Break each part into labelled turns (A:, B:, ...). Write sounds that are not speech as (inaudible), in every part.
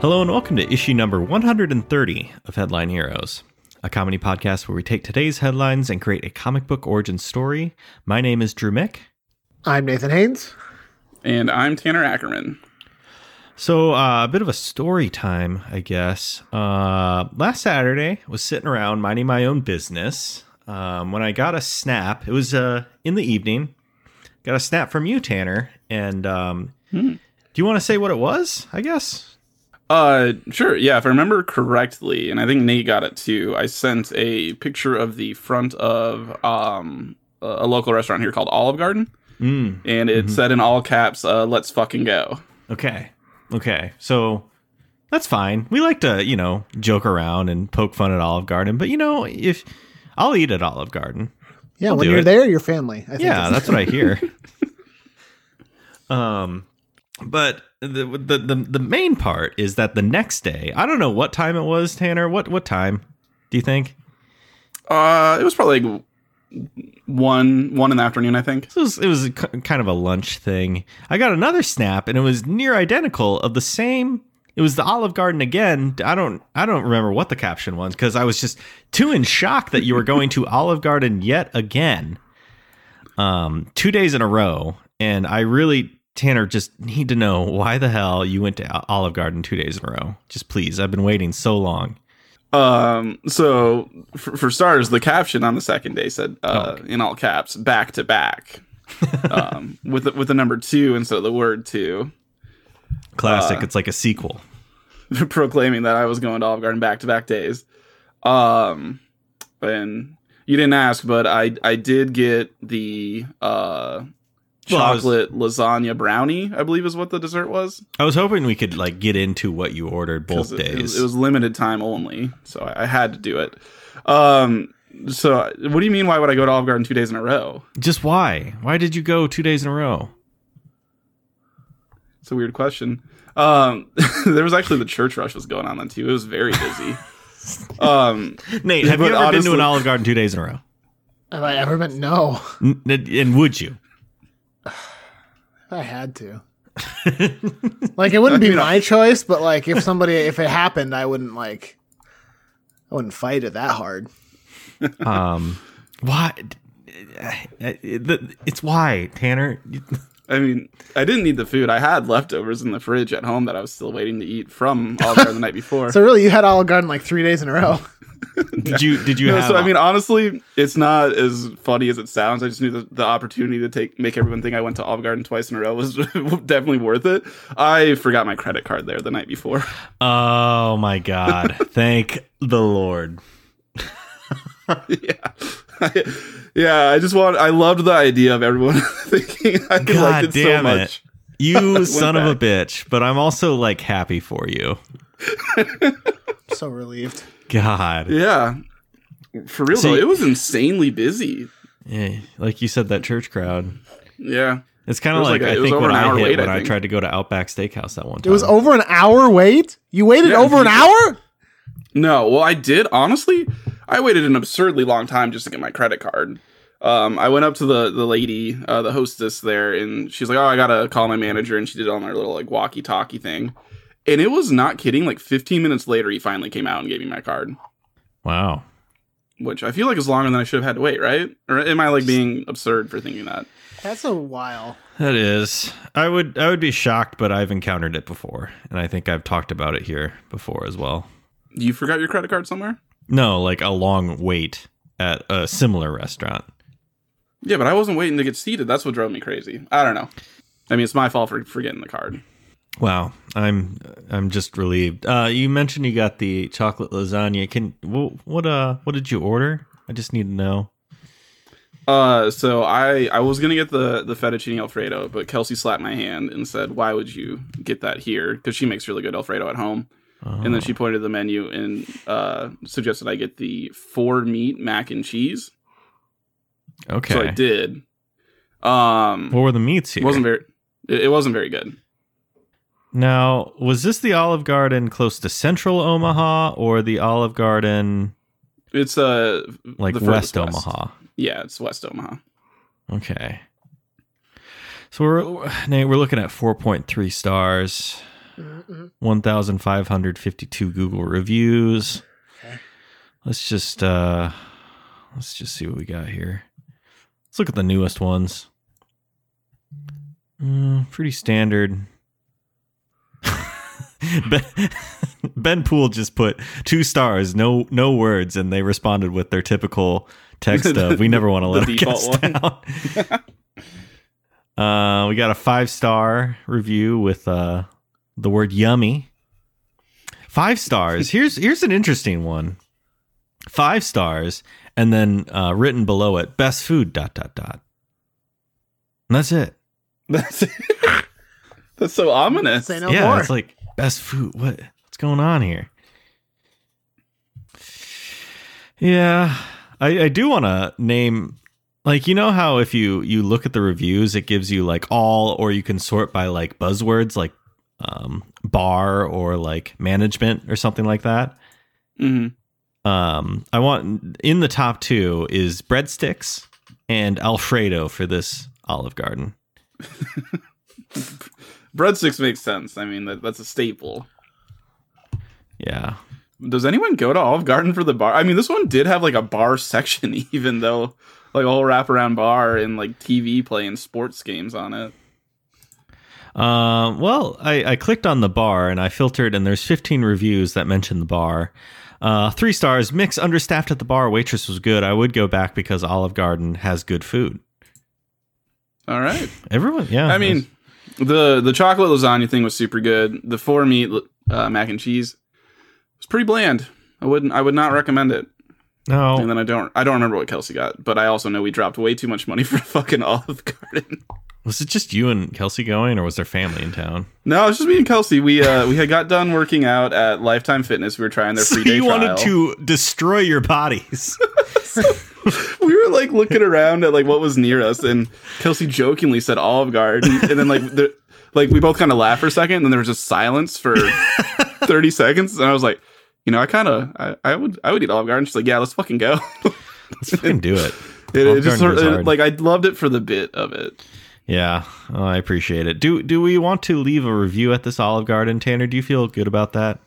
A: Hello and welcome to issue number 130 of Headline Heroes, a comedy podcast where we take today's headlines and create a comic book origin story. My name is Drew Mick.
B: I'm Nathan Haynes.
C: And I'm Tanner Ackerman.
A: So, uh, a bit of a story time, I guess. Uh, last Saturday, was sitting around minding my own business um, when I got a snap. It was uh, in the evening. Got a snap from you, Tanner. And um, do you want to say what it was? I guess.
C: Uh, sure. Yeah, if I remember correctly, and I think Nate got it too. I sent a picture of the front of um a a local restaurant here called Olive Garden,
A: Mm,
C: and it said in all caps, uh, "Let's fucking go."
A: Okay. Okay. So that's fine. We like to, you know, joke around and poke fun at Olive Garden, but you know, if I'll eat at Olive Garden.
B: Yeah,
A: We'll
B: when
A: do
B: you're
A: it.
B: there, you're family. I think
A: Yeah,
B: (laughs) it's-
A: that's what I hear. um but the, the the the main part is that the next day, I don't know what time it was, Tanner. What what time do you think?
C: Uh, it was probably like one one in the afternoon, I think.
A: So it was, it was a k- kind of a lunch thing. I got another snap, and it was near identical of the same. It was the Olive Garden again. I don't I don't remember what the caption was because I was just too in shock that you were going to (laughs) Olive Garden yet again, um, two days in a row. And I really, Tanner, just need to know why the hell you went to O- Olive Garden two days in a row. Just please, I've been waiting so long.
C: Um, so for, for starters, the caption on the second day said, uh, in all caps, back to back, um, with the, with the number two instead of the word two.
A: Classic.
C: Uh,
A: it's like a sequel.
C: (laughs) proclaiming that I was going to Olive Garden back to back days. Um, and you didn't ask, but I I did get the uh
A: Well, I was-
C: chocolate lasagna brownie. I believe is what the dessert was.
A: I was hoping we could like get into what you ordered
C: 'Cause
A: both
C: it-
A: days.
C: It, was, it was limited time only, so I, I had to do it. Um, so I- what do you mean? Why would I go to Olive Garden two days in a row?
A: Just why? Why did you go two days in a row?
C: It's a weird question. Um, (laughs) there was actually the church rush was going on then too. It was
A: (laughs)
C: very busy. um,
A: Nate,
C: Yeah,
A: have you ever been to
C: but
A: an
C: honestly-
A: Olive Garden two days in a row?
B: Have I ever been? No,
A: N- n- and would you?
B: I had to. like it wouldn't be my choice, but like if somebody, if it happened, I wouldn't like, I wouldn't fight it that hard.
A: Um, why? It's why, Tanner.
C: I mean, I didn't need the food. I had leftovers in the fridge at home that I was still waiting to eat from Olive Garden the
A: (laughs)
C: night before.
B: So really, you had Olive Garden like three days in a row. (laughs)
A: Did you? Did you
C: No,
A: have?
C: so I mean, honestly, it's not as funny as it sounds. I just knew the, the opportunity to take make everyone think I went to Olive Garden twice in a row was (laughs) definitely worth it. I forgot my credit card there the night before. (laughs)
A: oh my God! Thank the Lord.
C: yeah, (laughs) yeah. I just want. I loved the idea of everyone (laughs) thinking I
A: God
C: liked it so
A: damn it.
C: much.
A: You
C: (laughs) Went
A: son of a bitch! But I'm also like happy for you.
B: so relieved.
A: God,
C: Yeah, for real
A: So
C: though,
A: you-
C: it was insanely busy.
A: Eh, like you said, that church crowd.
C: Yeah.
A: It's kind
C: It
A: of
C: was
A: like,
C: like a-
A: I
C: it was
A: think
C: over
A: when
C: an
A: I
C: hour
A: hit
C: wait, I
A: when I,
C: think.
A: tried to go to Outback Steakhouse that one time.
B: It was over an hour wait. You waited
C: Yeah,
B: over an
C: you-
B: hour.
C: No, well, I did honestly. I waited an absurdly long time just to get my credit card. Um, I went up to the the lady, uh, the hostess there, and she's like, "Oh, I gotta call my manager," and she did it on her little like walkie talkie thing. And it was not kidding. Like 15 minutes later, he finally came out and gave me my card,
A: wow.
C: which I feel like is longer than I should have had to wait, right? Or am I like being absurd for thinking that?
B: That's a while.
A: That is. I would I would be shocked, but I've encountered it before, and I think I've talked about it here before as well.
C: You forgot your credit card somewhere?
A: No, like a long wait at a similar restaurant.
C: Yeah, but I wasn't waiting to get seated. That's what drove me crazy. I don't know. I mean, it's my fault for forgetting the card.
A: Wow, I'm I'm just relieved. Uh, you mentioned you got the chocolate lasagna. Can wh- what uh what did you order? I just need to know.
C: Uh, so I I was gonna get the the fettuccine alfredo, but Kelsey slapped my hand and said, "Why would you get that here?" Because she makes really good alfredo at home. And then she
A: Oh.
C: pointed to the menu and uh, suggested I get the four meat mac and cheese.
A: Oh, Okay.
C: So I did. Um,
A: What were the meats here?
C: it wasn't very. It, it wasn't very good.
A: now, was this the Olive Garden close to Central Omaha or the Olive Garden
C: It's uh
A: like
C: the
A: West
C: furthest
A: Omaha?
C: Yeah, it's West Omaha.
A: Okay. So we're Nate, we're looking at 4.3 stars. 1552 Google reviews. Let's just uh let's just see what we got here. Let's look at the newest ones. Mm, pretty standard. (laughs) ben, (laughs) ben Poole just put two stars, no no words, and they responded with their typical text of "We never want to let (laughs)
C: The
A: our guests
C: default
A: down."
C: (laughs)
A: Uh, we got a five star review with uh, the word yummy. Five stars. Here's here's an interesting one. Five stars, and then uh, written below it, best food. Dot dot dot. And that's it.
C: That's (laughs) that's so ominous.
B: Say no
A: yeah,
B: more.
A: it's like best food. What what's going on here? Yeah, I, I do want to name like you know how if you you look at the reviews, it gives you like all, or you can sort by like buzzwords like um, bar or like management or something like that.
C: hmm
A: Um, I want in the top two is breadsticks and Alfredo for this Olive Garden.
C: Breadsticks makes sense. I mean, that, that's a staple.
A: Yeah,
C: Does anyone go to Olive Garden for the bar? I mean, this one did have like a bar (laughs) section, even though like a whole wraparound bar and like TV playing sports games on it.
A: Um, well, I, I clicked on the bar and I filtered, and there's 15 reviews that mention the bar. Uh, three stars. Mix understaffed at the bar. Waitress was good. I would go back because Olive Garden has good food. (laughs)
C: All right.
A: Everyone, yeah.
C: I mean, the the chocolate lasagna thing was super good. The four meat uh, mac and cheese was pretty bland. I wouldn't. I would not recommend it. And
A: no.
C: then I don't. I don't remember what Kelsey got, but I also know we dropped way too much money (laughs) for fucking Olive Garden. (laughs)
A: Was it just you and Kelsey going, or was there family in
C: (laughs)
A: town?
C: No, it's just me and Kelsey. We uh we had got done working out at Lifetime Fitness. We were trying their free day
A: you wanted
C: trial.
A: to destroy your
C: (laughs)
A: bodies.
C: we were like looking around at like what was near us, and Kelsey jokingly said Olive Garden, and then like the, like we both kind of laughed for a second, and then there was just silence
A: (laughs)
C: for thirty seconds, and I was like, you know, I kind of I, I would I would eat Olive Garden. She's like, yeah, let's fucking go. (laughs)
A: Let's fucking do it.
C: it, it
A: Olive Garden
C: just sort
A: goes
C: of
A: hard.
C: like I loved it for the bit of it.
A: Yeah, oh, I appreciate it. Do do we want to leave a review at this Olive Garden, Tanner? Do you feel good about that?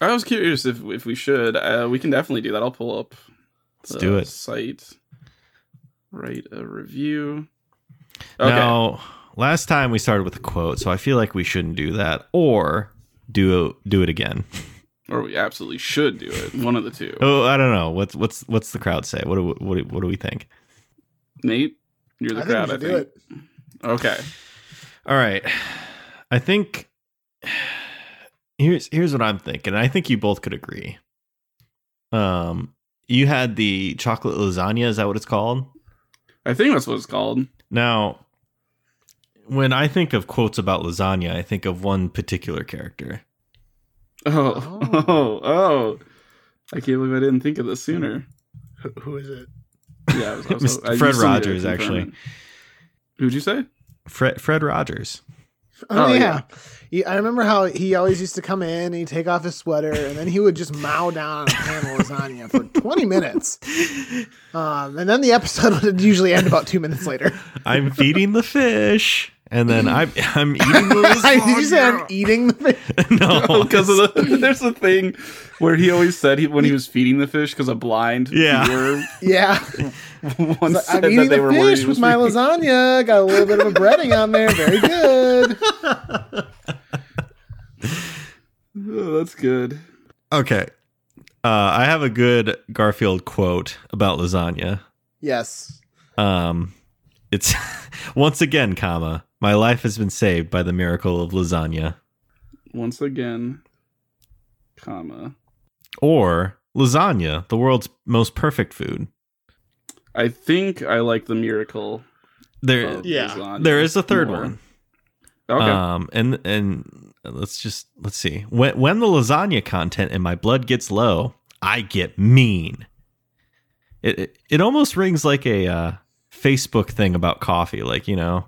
C: I was curious if if we should. Uh, we can definitely do that. I'll pull up.
A: Let's
C: Uh,
A: do it.
C: Site. Write a review. Okay.
A: Now, last time we started with a quote, so I feel like we shouldn't do that or do do it again.
C: Or we absolutely should do it. One of the two.
A: Oh, I don't know. What's what's what's the crowd say? What do what do, what do we think?
C: Nate, you're the
B: I think
C: crowd.
B: we
C: I
B: should
C: think.
B: do it.
C: Okay.
A: All right. I think here's here's what I'm thinking. I think you both could agree. Um you had the chocolate lasagna, is that what it's called?
C: I think that's what it's called.
A: Now, when I think of quotes about lasagna, I think of one particular character.
C: Oh,
B: Oh.
C: oh, (laughs) oh! I can't believe I didn't think of this sooner.
B: Who- who is it?
C: Yeah, I was,
A: (laughs)
C: I was,
A: Mr.
C: I- you
A: Fred
C: still need to
A: Rogers,
C: confirm
A: actually.
C: it. Who'd you say?
A: Fred Fred Rogers.
B: Oh,
C: Oh,
B: yeah.
C: yeah.
B: He- I remember how he always used to come in, he'd take off his sweater, and then he would just mow down on a pan of lasagna
C: (laughs)
B: for 20 minutes. Um, and then the episode (laughs) would usually end about two minutes
C: (laughs)
B: later.
A: I'm feeding the fish, and then I'm (laughs) I'm eating the
B: (laughs) Did you say I'm
A: lasagna.
B: eating the fish?
A: no,
C: Because
A: (laughs)
C: of the, (laughs) there's a thing where he always said he, when he was feeding the fish because a blind
A: Yeah.
C: viewer
A: (laughs)
C: (laughs)
B: Yeah.
C: once
B: I'm
C: said
B: eating
C: that they
B: the
C: were worried.
B: fish
C: he
B: with
C: was
B: my
C: feeding-
B: lasagna. Got a little bit of a breading on there. Very
C: (laughs)
B: good.
C: (laughs) Oh, that's good.
A: okay. Uh, I have a good Garfield quote about lasagna.
B: Yes.
A: Um, it's (laughs) once again, comma. My life has been saved by the miracle of lasagna,
C: Once again, comma.
A: or lasagna, the world's most perfect food.
C: I think I like the miracle.
A: There,
C: Of
B: Yeah.
C: lasagna
A: Uh, there is a third
C: more.
A: one.
C: Okay.
A: Um, and and let's just let's see. When when the lasagna content in my blood gets low, I get mean. It it, it almost rings like a uh, Facebook thing about coffee, like you know.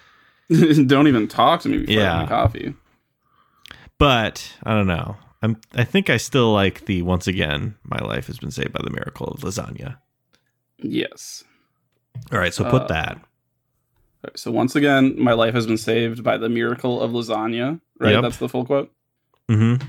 C: (laughs) Don't even talk to me before I
A: Yeah.
C: have my coffee.
A: But I don't know. I'm I think I still like the once again. My life has been saved by the miracle of lasagna.
C: Yes.
A: All right, so put
C: Uh,
A: that.
C: All right, so once again, my life has been saved by the miracle of lasagna. right?
A: Yep.
C: That's the full quote.
A: Mm-hmm.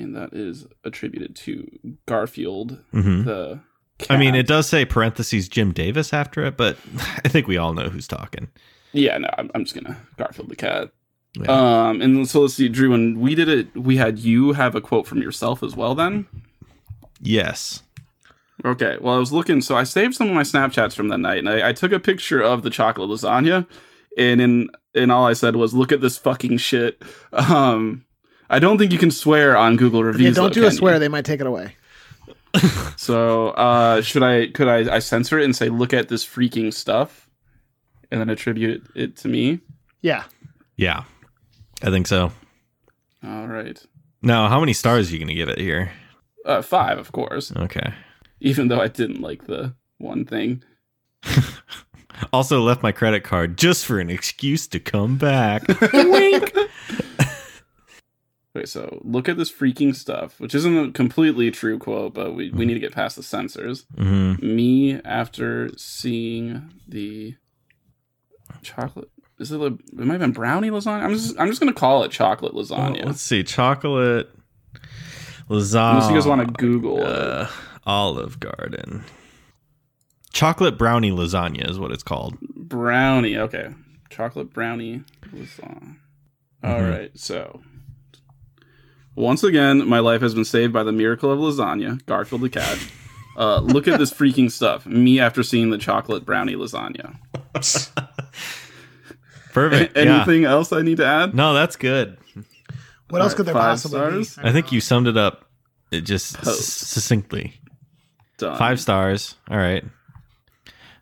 C: And that is attributed to Garfield,
A: Mm-hmm.
C: the.
A: I mean,
C: cat.
A: it does say parentheses Jim Davis after it, but (laughs) I think we all know who's talking.
C: Yeah, no, I'm, I'm just gonna Garfield the cat.
A: Yeah.
C: Um, and so let's see, Drew. When we did it, we had you have a quote from yourself as well. Then
A: Yes.
C: okay. Well, I was looking, so I saved some of my Snapchats from that night, and I, I took a picture of the chocolate lasagna, and in and all I said was, "Look at this fucking shit." (laughs) Um, I don't think you can swear on Google
B: Yeah,
C: reviews.
B: don't
C: though,
B: do
C: can
B: a swear;
C: you?
B: they might take it away.
C: So uh, should I? Could I, I censor it and say, "Look at this freaking stuff," and then attribute it to me?
B: Yeah,
A: Yeah. I think so.
C: All right.
A: Now, how many stars are you going to give it here?
C: Uh, five, of course.
A: Okay.
C: even though I didn't like the one thing.
A: Also left my credit card just for an excuse to come
C: (laughs)
A: back. Wink.
C: Okay, so look at this freaking stuff, which isn't a completely true quote, but we, we need to get past the censors.
A: hmm
C: Me after seeing the chocolate is it a it might have been brownie lasagna? I'm just I'm just gonna call it chocolate lasagna.
A: let's see. Chocolate lasagna.
C: Unless you guys want to Google it.
A: Uh, Olive Garden. Chocolate brownie lasagna is what it's
C: (laughs)
A: called.
C: brownie. Okay, chocolate brownie lasagna. All
A: Mhm.
C: right, so once again, my life has been saved by the miracle of lasagna. Garfield the cat. Uh, look at this freaking stuff. Me after seeing the chocolate brownie lasagna. (laughs)
A: Perfect. yeah.
C: Anything else I need to add?
A: No, that's good.
B: what else
C: Alright,
B: could there
C: five
B: possibly
C: stars?
B: be?
A: I think you summed it up it just
C: Post.
A: s- succinctly.
C: Done.
A: Five stars. All right.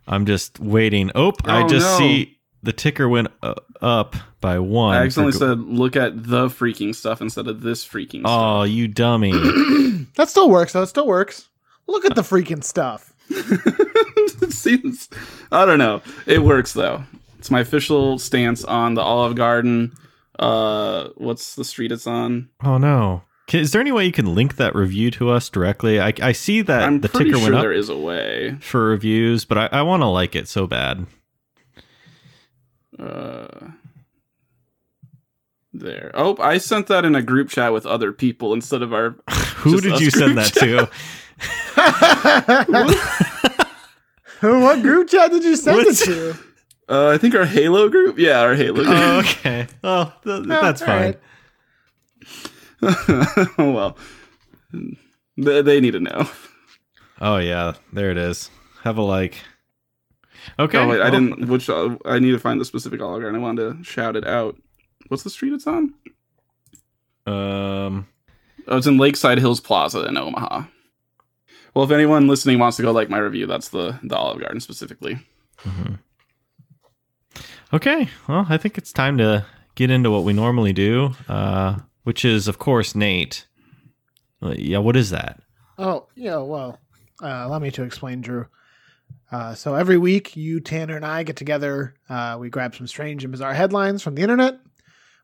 A: I'm just waiting. Oh, I
C: Oh,
A: just
C: no.
A: see the ticker went uh, up by one.
C: I
A: for
C: accidentally
A: Go-
C: said look at the freaking stuff instead of this freaking
A: Oh, you dummy.
C: (clears throat)
B: That still works. though. It still works. Look at the freaking
C: (laughs)
B: stuff. (laughs)
C: stuff. Seems- I don't know. It works though. It's my official stance on the Olive Garden. Uh, what's the street it's on?
A: oh, no. K- Is there any way you can link that review to us directly? I, I see that
C: I'm
A: Uh, the
C: pretty
A: ticker
C: sure
A: went up
C: there is a way.
A: for reviews, but I, I want to like it so bad.
C: Uh, there. Oh, I sent that in a group chat with other people instead of our.
A: Who
C: Just
A: did
C: us
A: you send
C: group
A: that to? (laughs)
B: what group chat did you send
A: What's-
B: it to?
C: Uh, I think our Halo group. Yeah, our Halo group.
A: oh, okay. Oh, th- that's
B: all
A: fine.
B: right.
C: (laughs) Oh, well, they, they need to know.
A: Oh yeah, there it is. Have a like. Okay.
C: Oh wait, I
A: well,
C: didn't. Which uh, I need to find the specific Olive Garden. I wanted to shout it out. What's the street it's on?
A: Um.
C: Oh, it's in Lakeside Hills Plaza in Omaha. Well, if anyone listening wants to go like my review, that's the the Olive Garden specifically.
A: mhm. Okay. Well, I think it's time to get into what we normally do, uh, which is, of course, Nate. Uh, Yeah. What is that?
B: Oh, yeah, well, uh, allow me to explain, Drew. Uh, so every week, you, Tanner, and I get together. Uh, we grab some strange and bizarre headlines from the internet.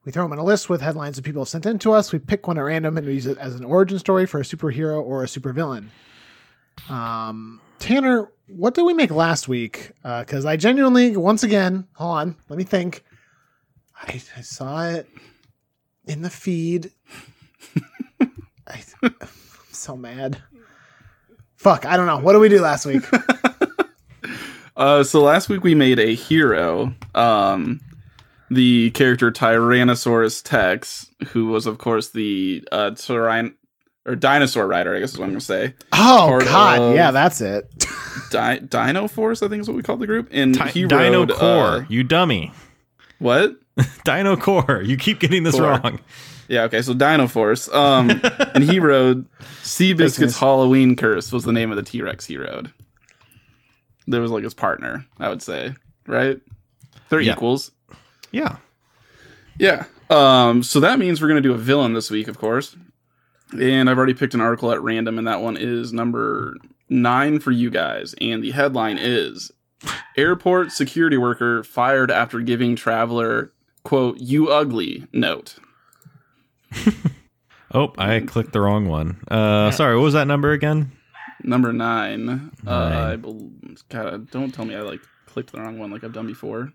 B: We throw them on a list with headlines that people have sent in to us. We pick one at random and we use it as an origin story for a superhero or a supervillain. Um, Tanner, what did we make last week? Because I genuinely, once again, hold on, let me think. I, I saw it in the feed. I, I'm so mad. Fuck, I don't know. What did we do last week?
C: Uh, so last week we made a hero, um, the character Tyrannosaurus Tex, who was of course the uh, tyran or dinosaur rider, I guess is what I'm gonna say.
B: Oh
C: Part
B: God,
C: of-
B: yeah, that's it.
C: Di- Dino Force, I think is what we called the group. And
A: Ti-
C: he
A: Dino
C: rode,
A: Core.
C: uh,
A: you dummy. (laughs)
C: what?
A: Dino Core. You keep getting this
C: Core.
A: wrong.
C: Yeah, okay, so Dino Force. Um, and he rode Seabiscuit's
B: Fakeness.
C: Halloween Curse was the name of the T Rex he rode. There was like his partner, I would say, right? They're
A: Yeah.
C: equals.
A: Yeah.
C: Yeah. Um, so that means we're going to do a villain this week, of course. And I've already picked an article at random, and that one is number nine for you guys. And the headline is Airport security worker fired after giving traveler, quote, you ugly note.
A: Oh, I clicked the wrong one. Uh, sorry. What was that number again?
C: Number nine. Uh,
A: Nine.
C: I bel God, uh, don't tell me I like clicked the wrong one like I've done before.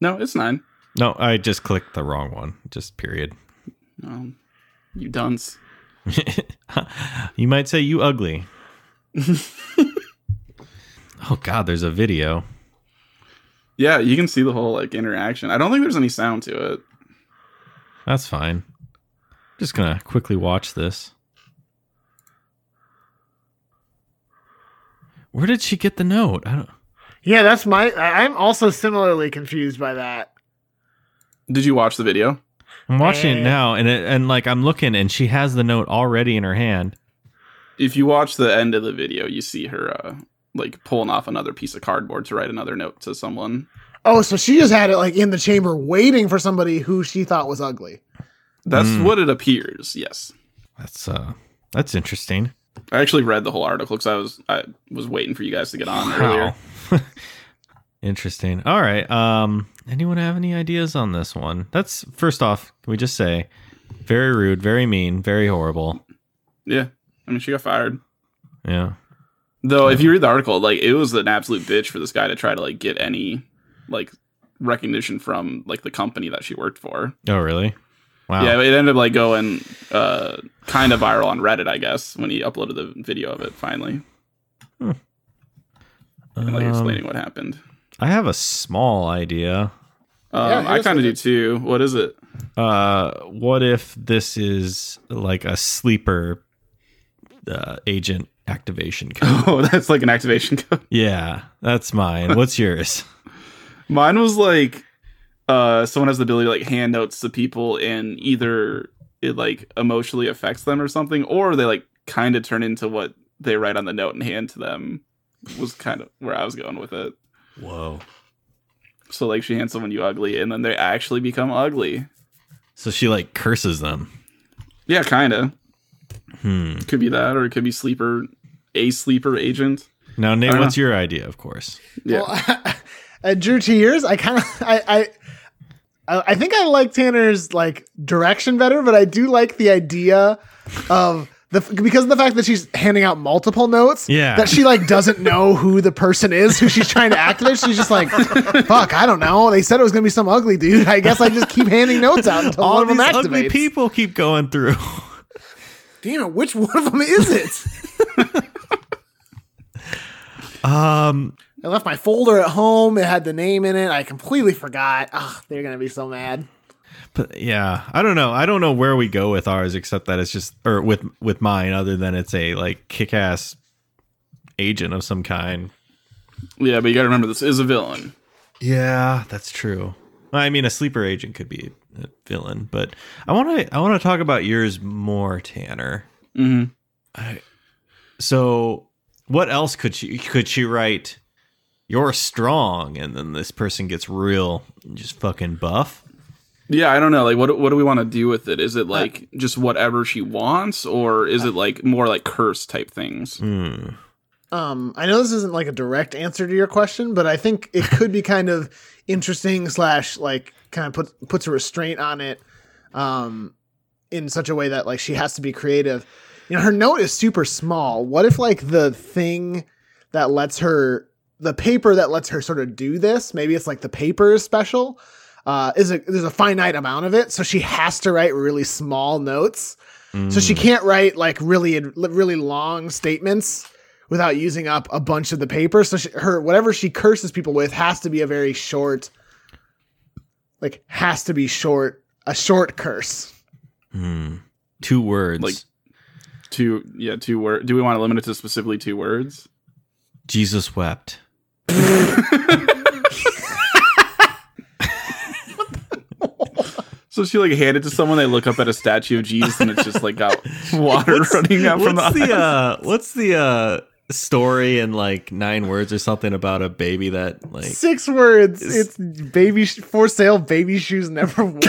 C: No, it's nine.
A: No, I just clicked the wrong one. Just period. (laughs)
C: Um, you dunce.
A: you might say you
C: (laughs)
A: ugly. oh God, there's a video.
C: Yeah, you can see the whole like interaction. I don't think there's any sound to it.
A: That's fine. Just gonna quickly watch this. Where did she get the note? I don't.
B: Yeah, that's my. I- I'm also similarly confused by that.
C: Did you watch the video?
A: I'm watching it
B: Eh.
A: now, and it, and like I'm looking, and she has the note already in her hand.
C: If you watch the end of the video, you see her uh, like pulling off another piece of cardboard to write another note to someone.
B: Oh, so she just had it like in the chamber waiting for somebody who she thought was ugly.
C: That's
A: Mm.
C: what it appears. Yes,
A: That's uh, that's interesting.
C: I actually read the whole article because I was I was waiting for you guys to get on earlier.
A: Wow. (laughs) interesting. All right. Um, anyone have any ideas on this one? That's first off, can we just say, very rude, very mean, very horrible.
C: Yeah, I mean she got fired.
A: Yeah.
C: Though if you read the article, like it was an absolute bitch for this guy to try to like get any like recognition from like the company that she worked for.
A: Oh, really? Wow.
C: Yeah, it ended up like going uh kind of viral on Reddit, I guess, when he uploaded the video of it finally. And like
A: Um,
C: explaining what happened.
A: I have a small idea.
C: Um,
B: Yeah, hit
C: I
B: us
C: kind of
B: with
C: do
B: it.
C: too. What is it? (laughs)
A: Uh, what if this is like a sleeper uh, agent activation (laughs) code?
C: Oh, that's like an activation (laughs) code.
A: yeah, that's mine. What's yours?
C: Mine was like uh someone has the ability to like hand notes to people and either it like emotionally affects them or something, or they like kind of turn into what they write on the note and hand to them was kind of where I was going with it.
A: Whoa.
C: So like she hands someone you ugly and then they actually become ugly.
A: So she like curses them.
C: Yeah, kinda.
A: Hmm.
C: Could be that, or it could be sleeper a sleeper agent.
A: Now, Nate,
C: I
A: what's your idea? Of course.
C: Yeah.
B: (laughs) Well, uh, Drew to yours, I kind of (laughs) I, I I I think I like Tanner's like direction better, but I do like the idea of the because of the fact that she's handing out multiple notes.
A: Yeah.
B: That she like doesn't know who the person is who she's trying to activate. She's just like, (laughs) fuck, I don't know. They said it was gonna be some ugly dude. I guess I just keep handing notes out until
A: All
B: one of them
A: these
B: activates.
A: ugly people keep going through.
B: Damn it, which one of them is it?
A: (laughs)
B: (laughs)
A: um.
B: I left my folder at home. It had the name in it. I completely forgot. Ah, they're gonna be so mad.
A: But yeah, I don't know. I don't know where we go with ours, except that it's just or with with mine, other than it's a like kick ass agent of some kind.
C: Yeah, but you gotta remember this is a villain.
A: Yeah, that's true. I mean, a sleeper agent could be a villain, but I want to I want to talk about yours more, Tanner.
C: hmm
A: So, what else could she could she write? You're strong, and then this person gets real, just fucking buff.
C: Yeah, I don't know. Like, what what do we want to do with it?
A: Uh,
C: Is it like just whatever she wants, or is it like more like curse type things?
A: Hmm.
B: Um, I know this isn't like a direct answer to your question, but I think it could be kind of interesting slash like kind of put, puts a restraint on it, um, in such a way that like she has to be creative. You know, her note is super small. What if like the thing that lets her, the paper that lets her sort of do this, maybe it's like the paper is special. Uh, is a there's a finite amount of it, so she has to write really small notes.
A: hmm,
B: So she can't write like really really long statements without using up a bunch of the paper. So she, her whatever she curses people with has to be a very short, like has to be short, a short curse.
A: Hmm. Two words.
C: Like- Two, yeah, two word. Do we want to limit it to specifically two words?
A: Jesus wept.
C: So she like handed to someone. They look up at a statue of Jesus, and it's just
A: (laughs)
C: like got water running out from the.
A: what's
C: (laughs) eyes.
A: the uh, what's the uh, story in like nine words or something about a baby that like
B: Six words. It's baby sh- for sale. Baby shoes
A: (laughs)
B: never worn.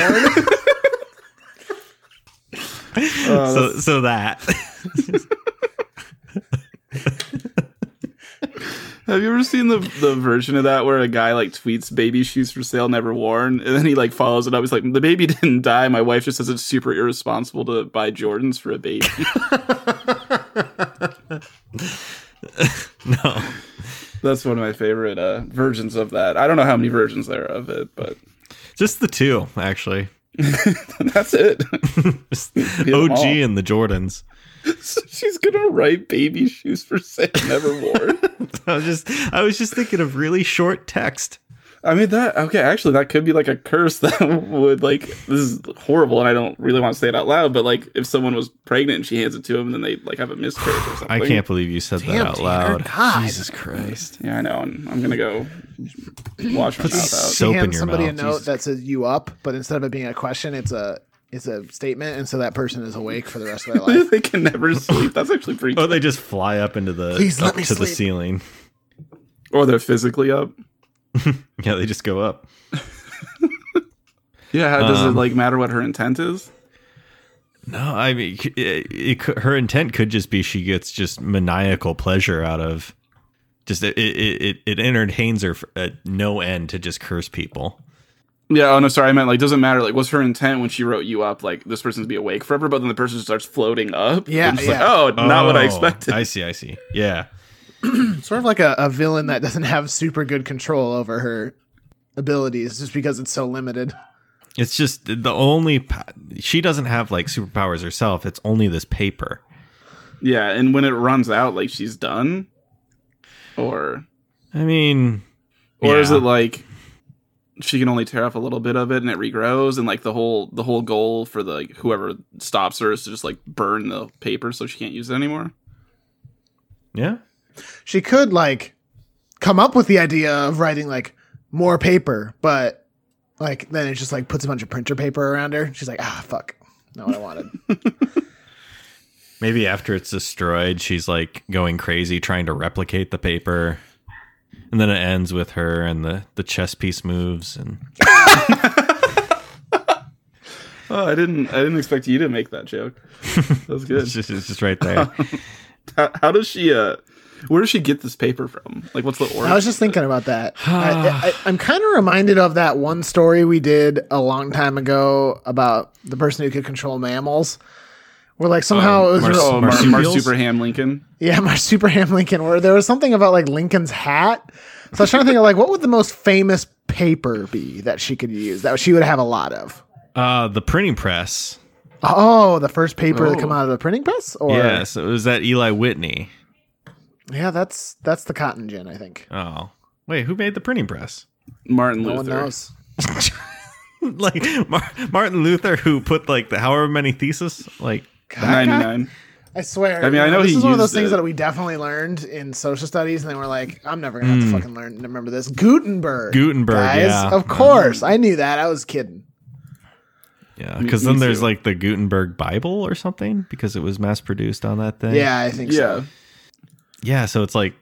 A: so
C: uh,
A: so that (laughs)
C: Have you ever seen the the version of that where a guy like tweets "baby shoes for sale, never worn," and then he like follows it up? He's like, "The baby (laughs) didn't die. My wife just says it's super irresponsible to buy Jordans for a baby."
A: no
C: That's one of my favorite uh, versions of that. I don't know how many versions there are of it, but (laughs)
A: just the two actually (laughs)
C: That's it. (laughs)
A: Just
C: them
A: OG
C: all.
A: and the Jordans.
C: She's gonna write baby shoes for sale never
A: (laughs)
C: worn.
A: I was just I was just thinking of really short text.
C: I mean that okay, actually that could be like a curse (laughs) that would like this is horrible and I don't really want to say it out loud, but like if someone was pregnant and she hands it to him and then they like have a miscarriage or something.
A: I can't believe you said
B: Damn,
A: that out
B: Tanner,
A: loud.
B: God.
A: Jesus Christ.
C: Yeah, I know, and I'm gonna go wash my
A: Put (laughs)
C: mouth out.
A: s-
B: She
A: Soap in
B: hands
A: your
B: somebody a
A: mouth,
B: note
A: Jesus.
B: that says "you up," but instead of it being a question, it's a it's a statement, and so that person is awake for the
A: (laughs)
B: rest of their life.
C: (laughs) they can never sleep. That's actually pretty
A: Oh, they just fly up into the
B: Please let
A: up
B: me
A: to the
B: sleep.
A: ceiling. (laughs)
C: Or they're physically up.
A: Yeah, they just go up.
C: Yeah, how does
A: Um,
C: it like matter what her intent is?
A: No, I mean, it, it, could- her intent could just be she gets just maniacal pleasure out of just it. It, it, it entertains her for- at no end to just curse people.
C: Yeah, oh no, sorry, I meant like doesn't matter. Like, what's her intent when she wrote you up? Like, this person's be awake forever, but then the person starts floating up.
B: Yeah,
C: and it's
B: yeah.
C: Like, oh, not what I
A: Oh,
C: expected.
A: I see. I see. Yeah.
B: sort of like a, a villain that doesn't have super good control over her abilities, just because it's so limited.
A: It's just the only pa- she doesn't have like superpowers herself. It's only this paper.
C: Yeah, and when it runs out, like she's done, or
A: I mean,
C: or is
A: Yeah.
C: it like she can only tear off a little bit of it and it regrows, and like the whole the whole goal for the like, whoever stops her is to just like burn the paper so she can't use it anymore.
A: yeah.
B: She could like come up with the idea of writing like more paper, but like then it just like puts a bunch of printer paper around her. She's like, ah, fuck, not what I wanted.
A: Maybe after it's destroyed, she's like going crazy trying to replicate the paper. And then it ends with her and the, the chess piece moves and
C: Oh, I didn't I didn't expect you to make that joke. That
A: (laughs)
C: was good.
A: it's just, it's just right there.
C: how, how does she uh where does she get this paper from like what's the origin
B: I was just thinking about that. I, I, I'm kind of reminded of that one story we did a long time ago about the person who could control mammals. Where like somehow
A: Um,
B: it was
A: Mars-
B: real-
C: oh Mar- Mar-
A: Marsupials?
C: Superham Lincoln
B: yeah, my (laughs) super ham Lincoln. Where there was something about like Lincoln's hat. So I was trying to think of like what would the most famous paper be that she could use that she would have a lot of.
A: Uh, the printing press.
B: Oh, the first paper that
C: Oh.
B: come out of the printing press, or
A: yeah. So it was that Eli Whitney.
B: yeah, that's that's the cotton gin, I think.
A: Oh, wait, who made the printing press? (laughs)
C: Martin
B: No one
C: Luther
B: knows.
A: like Mar- Martin Luther, who put like the however many theses, like
B: God,
C: 99
B: I swear.
C: I mean, I
B: you
C: know
B: this
C: he
B: is one of those
C: used
B: things
C: it.
B: that we definitely learned in social studies, and they were like, "I'm never gonna
C: Hmm.
B: have to fucking learn to remember this." Gutenberg.
A: Gutenberg,
B: guys.
A: yeah.
B: Of course, I knew that. I was kidding.
A: yeah,
C: Me-
A: because
C: me
A: then there's
C: too.
A: like the Gutenberg Bible or something because it was mass produced on that thing.
B: Yeah, I think
C: yeah
B: so.
A: yeah. So it's like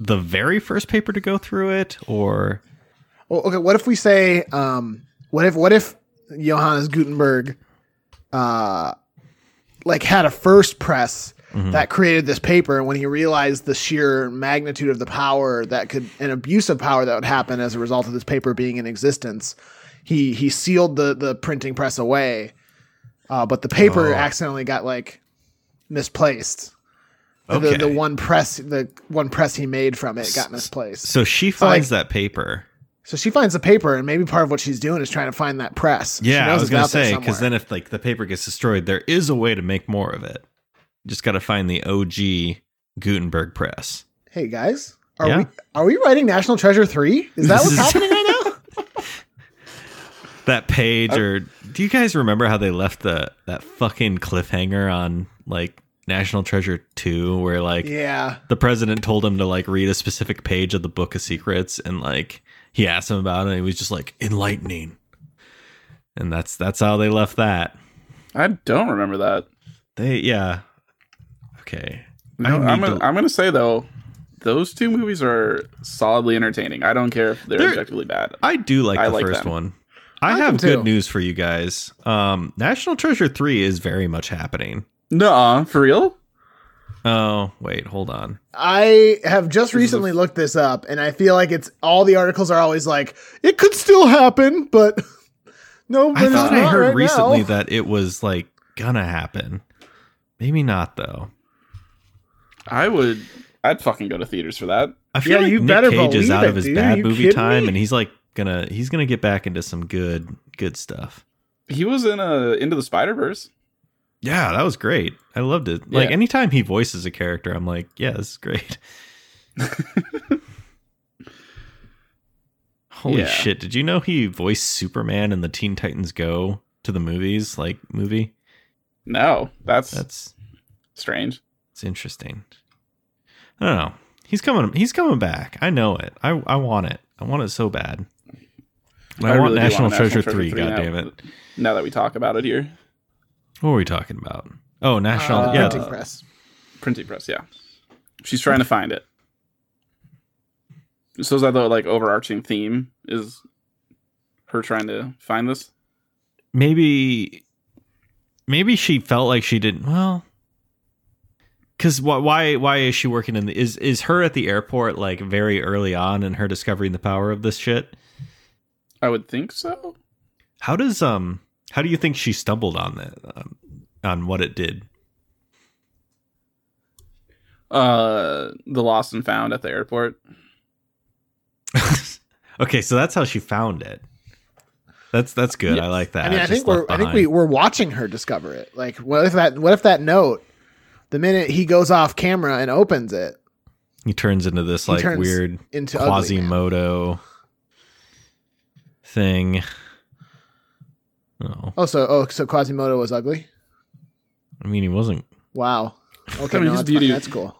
A: the very first paper to go through it, or
B: Well, okay, what if we say, um, what if what if Johannes Gutenberg, uh, like had a first press
A: Mm-hmm.
B: that created this paper, and when he realized the sheer magnitude of the power that could, an abuse of power that would happen as a result of this paper being in existence, he he sealed the the printing press away, uh, but the paper
A: Oh.
B: accidentally got like misplaced.
A: okay.
B: The, the one press the one press he made from it got misplaced.
A: so she finds that paper.
B: So she finds the paper, and maybe part of what she's doing is trying to find that press. She
A: Yeah, I
B: knows
A: was
B: it's
A: gonna
B: out there
A: say because
B: somewhere.
A: then if like the paper gets destroyed, there is a way to make more of it. Just got to find the OG Gutenberg press.
B: hey guys, are
A: Yeah.
B: we are we writing National Treasure three? Is that
A: This
B: what's
A: is- (laughs)
B: happening right now?
A: that page
B: Oh.
A: or do you guys remember how they left the that fucking cliffhanger on like National Treasure 2 where like
B: Yeah,
A: the president told him to like read a specific page of the book of secrets and like he asked him about it and he was just like enlightening. And that's that's how they left that.
C: I don't remember that
A: They yeah. Okay.
C: no,
A: need
C: I'm, gonna,
A: to-
C: I'm gonna say though those two movies are solidly entertaining I don't care if they're,
A: They're-
C: objectively bad
A: I do like
C: I
A: the
C: like
A: first
C: them.
A: one. I,
B: like
A: have
B: them
A: good
B: too.
A: news for you guys. Um National Treasure 3 is very much happening.
C: no for real
A: Oh, wait, hold on.
B: I have just
C: This is
B: recently looked this up, and I feel like it's all the articles are always like it could still happen, but (laughs) no. But
A: I
B: it's
A: thought I
B: not
A: heard
B: right
A: recently
B: now.
A: that it was like gonna happen. Maybe not though.
C: I would I'd fucking go to theaters for that
A: I feel
B: Yeah,
A: like
B: you
A: Nick
B: better
A: Cage is
B: believe
A: out
B: it,
A: of his
B: dude.
A: bad
B: You
A: movie
B: kidding
A: time,
B: me?
A: and he's like gonna he's gonna get back into some good good stuff.
C: He was in uh Into the Spider Verse.
A: Yeah, that was great. I loved it. Like
C: Yeah.
A: anytime he voices a character, I'm like, yeah, this is great. (laughs) Holy
C: Yeah.
A: shit! Did you know he voiced Superman in the Teen Titans Go to the movies, like movie?
C: No, that's,
A: That's
C: strange.
A: it's interesting. I don't know. He's coming. He's coming back. I know it. I I want it. I want it so bad. I, want
C: really do
A: National Treasure, Three.
C: now-
A: God damn it!
C: Now that we talk about it here,
A: What were we talking about? Oh, National.
B: Uh,
A: yeah,
B: printing press.
C: printing press. Yeah, she's trying to find it. So is that the like overarching theme? Is her trying to find this?
A: maybe maybe she felt like she didn't well because why why why is she working in the is is her at the airport like very early on in her discovering the power of this shit
C: I would think so.
A: how does um how do you think she stumbled on that um, on what it did
C: Uh, the lost and found at the airport.
A: (laughs) okay so that's how she found it that's that's good i like that
B: I mean, I
A: Just
B: think
A: left
B: we're I think we
A: behind.
B: we're watching her discover it. Like, what if that what if that note, the minute he goes off camera and opens it
A: he turns into this
B: He
A: like
B: turns
A: weird
B: into ugly man.
A: quasimodo thing oh
B: Oh, so oh, so Quasimodo was ugly.
A: I mean, he wasn't.
B: Wow. Okay,
C: (laughs) I mean,
B: no, that's,
C: his
B: fine.
C: beauty-
B: that's cool.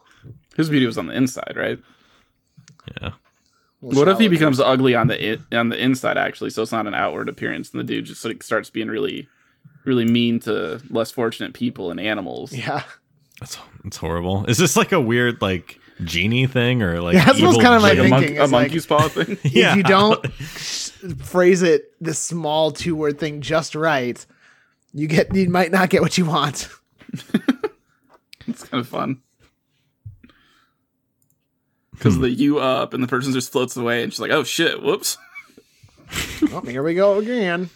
C: His beauty was on the inside, right?
A: Yeah.
B: Little
C: what if he
B: shallow.
C: becomes ugly on the in, on the inside actually? So it's not an outward appearance, and the dude just like starts being really, really mean to less fortunate people and animals. (laughs)
B: Yeah,
A: That's that's horrible. Is this like a weird like genie thing or like
B: Yeah, that's
A: evil
B: what's kinda my
C: Like a,
A: genie?
B: thinking.
C: monk,
B: is like-
C: a monkey's paw
B: (laughs)
C: thing.
A: (laughs) Yeah.
B: if you don't
C: (laughs)
B: phrase it this small two word thing just right, you get you might not get what you want. (laughs)
C: it's kind of fun because
A: Hmm.
C: the you up and the person just floats away, and she's like, "Oh shit, whoops."
B: oh, here we go again.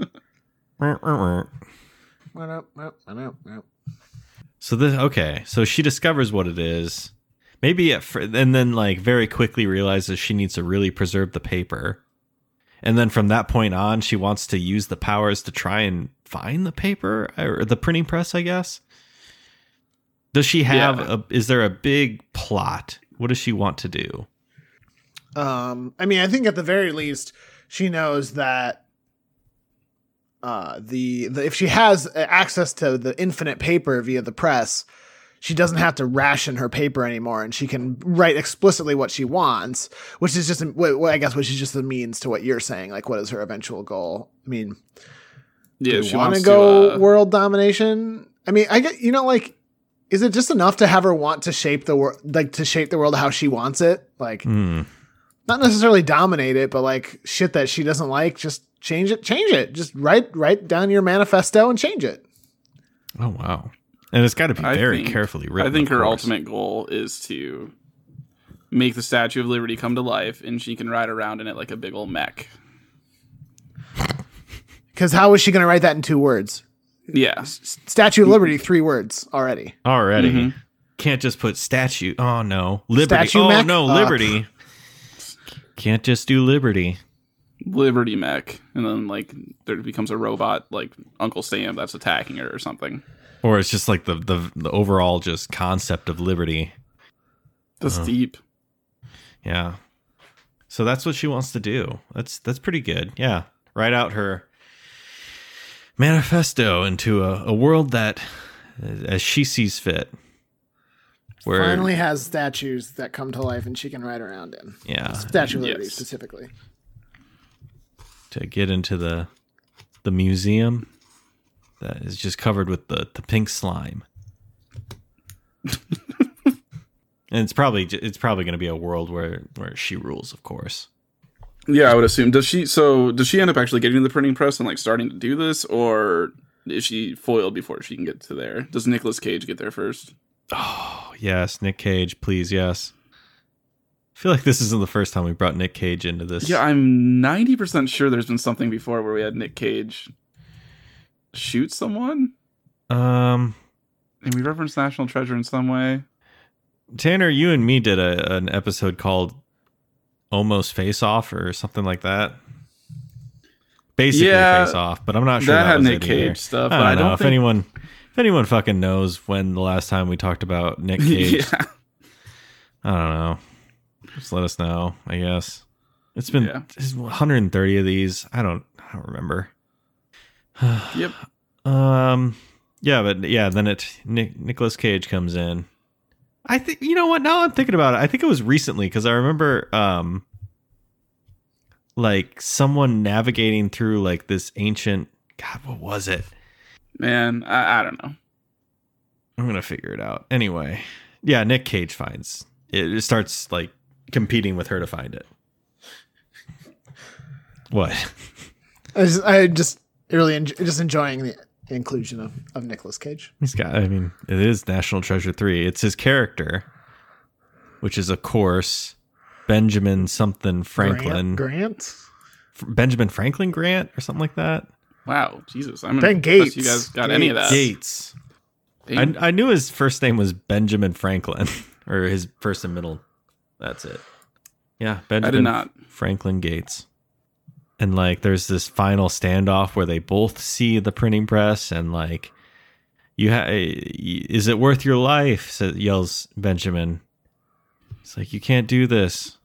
A: (laughs) So this okay. So she discovers what it is. Maybe at fir- and then like very quickly realizes she needs to really preserve the paper. And then from that point on, she wants to use the powers to try and find the paper or the printing press, I guess. Does she have
C: Yeah.
A: a is there a big plot? What does she want to do?
B: Um, I mean, I think at the very least, she knows that uh, the, the if she has uh, access to the infinite paper via the press, she doesn't have to ration her paper anymore, and she can write explicitly what she wants, which is just well, I guess which is just the means to what you're saying. Like, what is her eventual goal? I mean,
C: Yeah,
B: do
C: she
B: you want
C: wants
B: to go
C: to. Uh,
B: world domination? I mean, I get you know, like, is it just enough to have her want to shape the world, like to shape the world how she wants it? Like,
A: Hmm.
B: not necessarily dominate it, but like shit that she doesn't like, just change it, change it. Just write write down your manifesto and change it.
A: Oh wow! And it's got to be
C: I
A: very
C: think-
A: carefully written.
C: I think
A: of
C: her
A: course.
C: ultimate goal is to make the Statue of Liberty come to life, and she can ride around in it like a big old mech.
B: Because how is she going to write that in two words?
C: Yeah,
B: Statue of Liberty, three words already.
A: already
C: Mhm.
A: can't just put statue. Oh no, liberty.
B: Statue
A: oh
B: mech?
A: no,
B: Uh,
A: liberty. can't just do liberty.
C: Liberty mech, and then like there becomes a robot like Uncle Sam that's attacking her or something.
A: Or it's just like the the, the overall just concept of liberty.
C: That's
A: Uh-huh.
C: deep.
A: Yeah. So that's what she wants to do. That's that's pretty good. Yeah. Write out her manifesto into a, a world that, uh, as she sees fit, where
B: Finally has statues that come to life and she can ride around in.
A: yeah,
B: Statue of Liberty
C: Yes.
B: specifically.
A: to get into the the museum that is just covered with the, the pink slime. and it's probably j- it's probably going to be a world where where she rules, of course.
C: Yeah, I would assume. Does she? So does she end up actually getting the printing press and like starting to do this, or is she foiled before she can get to there? Does Nicolas Cage get there first?
A: Oh, yes, Nick Cage, please, yes. I feel like this isn't the first time we brought Nick Cage into this.
C: Yeah, I'm ninety percent sure there's been something before where we had Nick Cage shoot someone,
A: um
C: and we referenced National Treasure in some way.
A: Tanner, you and me did a, an episode called Almost Face Off or something like that. basically
C: Yeah,
A: face off, but I'm not sure
C: that, had
A: was
C: Nick
A: it either.
C: Cage stuff.
A: I
C: but
A: don't,
C: I
A: know
C: don't
A: if
C: think
A: anyone if anyone fucking knows when the last time we talked about
C: (laughs)
A: Nick Cage.
C: yeah,
A: I don't know. Just let us know. I guess it's been
C: Yeah.
A: it's 130 of these. I don't I don't remember. (sighs)
C: Yep.
A: Um. Yeah, but yeah, then it Nick Nicholas Cage comes in. I think you know what? Now I'm thinking about it. I think it was recently because I remember um, like someone navigating through like this ancient. God, what was it?
C: man, I, I don't know.
A: I'm gonna figure it out. Anyway, yeah, Nick Cage finds it. it starts like competing with her to find it. What?
B: I just, I just really enj- just enjoying the inclusion of of Nicolas Cage.
A: He's got. I mean, it is National Treasure three. It's his character, which is of course Benjamin something Franklin,
B: Grant. Grant?
A: F- Benjamin Franklin Grant or something like that.
C: Wow, Jesus, I'm
B: Ben
C: impressed You
B: Gates.
C: guys got any of that?
A: Gates. I, I knew his first name was Benjamin Franklin, (laughs) or his first and middle. That's it. Yeah, Benjamin
C: not.
A: Franklin Gates. And like, there's this final standoff where they both see the printing press, and like, you ha- eh, is it worth your life? sa- yells Benjamin. It's like you can't do this.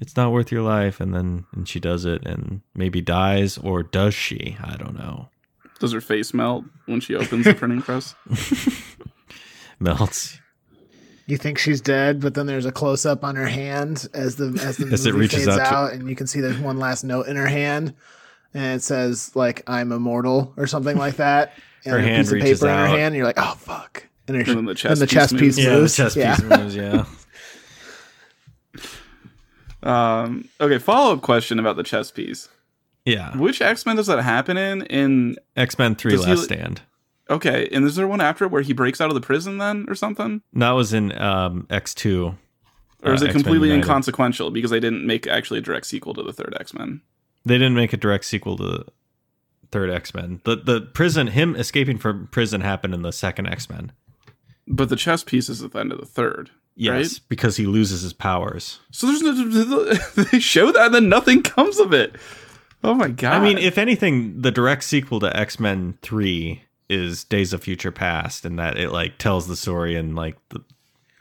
A: It's not worth your life. And then and she does it, and maybe dies, or does she? I don't know. (laughs)
C: Does her face melt when she opens the printing press?
A: Melts.
B: You think she's dead, but then there's a close up on her hand as the as the
A: (laughs) As it
B: movie
A: reaches
B: fades
A: out to-
B: out, and you can see there's one last note in her hand, and it says like "I'm immortal" or something like that.
A: (laughs)
B: And
A: Her
B: a
A: hand
B: piece of
A: reaches
B: paper in her
A: out.
B: hand, and you're like, "Oh fuck!" And, her,
C: And then the chess
B: the
C: piece
B: chess
C: moves.
B: piece
A: Yeah, the
B: moves.
A: chess
B: yeah.
A: piece moves. Yeah.
C: Um, okay, follow up question about the chess piece.
A: yeah.
C: Which X Men does that happen in? In
A: X Men Three:
C: Does he-
A: Last Stand.
C: okay, and is there one after it where he breaks out of the prison then, or something?
A: That was in um, X Two.
C: Or is
A: Uh,
C: it
A: X-Men
C: completely
A: United.
C: inconsequential because they didn't make actually a direct sequel to the third X Men?
A: They didn't make a direct sequel to Third X Men. The the prison him escaping from prison happened in the second X Men.
C: But the chess piece is at the end of the third.
A: Yes, because he loses his powers.
C: So there's no. (laughs) They show that and then nothing comes of it. Oh my god!
A: I mean, if anything, the direct sequel to X Men Three is Days of Future Past, and that it like tells the story in like the